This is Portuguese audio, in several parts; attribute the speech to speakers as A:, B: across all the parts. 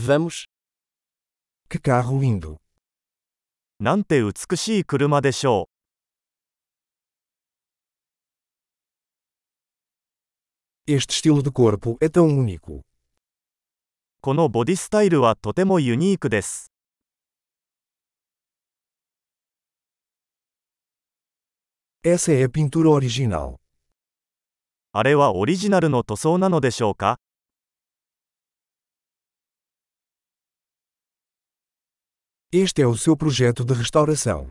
A: Vamos.
B: Que carro lindo!
C: なんて美しい車でしょ
B: Este estilo de corpo é tão único.
C: う。このボディスタイルはとてもユニークです。
B: Essa é a pintura original.
C: あれはオリジナルの塗装なのでしょうか
B: Este é o seu projeto de restauração.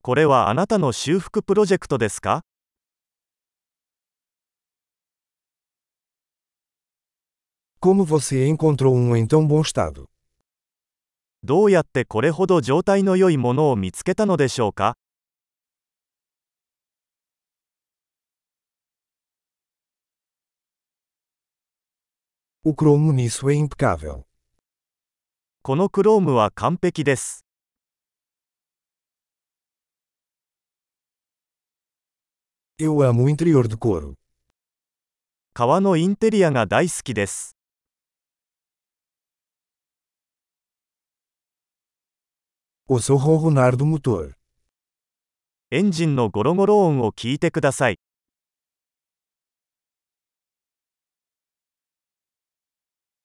C: これはあなたの修復プロジェクトですか
B: Como você encontrou um em tão bom estado?
C: どうやってこれほど状態の良いものを見つけたのでしょうか
B: O cromo nisso é impecável.
C: このクロームは完璧です。
B: Eu amo o interior de couro.
C: 革のインテリアが大好きです。
B: Ouça o ronronar do motor.
C: エンジンのゴロゴロ音を聞いてください。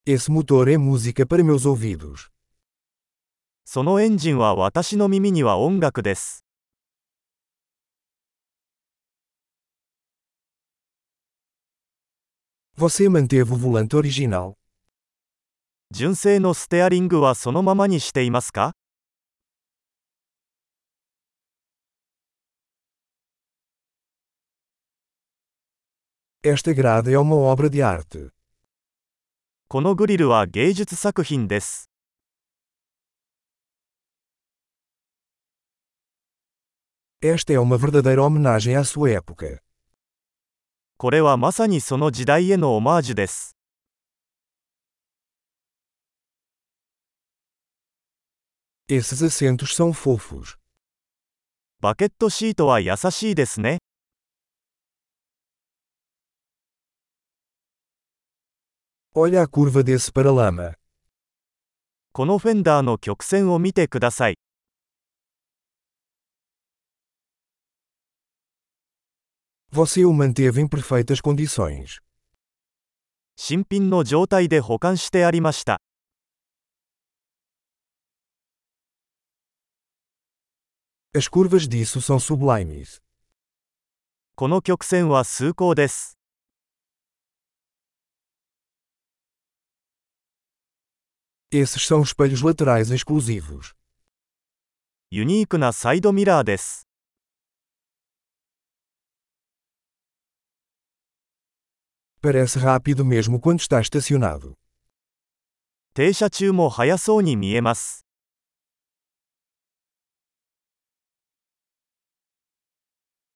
B: Esse motor é música para meus ouvidos.
C: そのエンジンは私の耳には音楽です。
B: Você manteve o volante original.
C: 純正のステアリングはそのままにしていますか
B: Esta grade é uma obra de arte.
C: このグリルは芸術作品です。
B: Esta é uma verdadeira homenagem à sua época.
C: これはまさにその時代へのオマージュです。
B: Esses assentos são fofos.
C: バケットシートは優しいですね。
B: Olha a curva desse paralama.
C: このフェンダーの曲線を見てください。
B: Você o manteve em perfeitas condições.
C: 新品の状態で保管してありました。
B: As curvas disso são sublimes.
C: この曲線は崇高です。
B: Esses são espelhos laterais exclusivos.
C: ユニークなサイドミラーです。
B: Parece rápido mesmo quando está estacionado.
C: 停車中も速そうに見えます。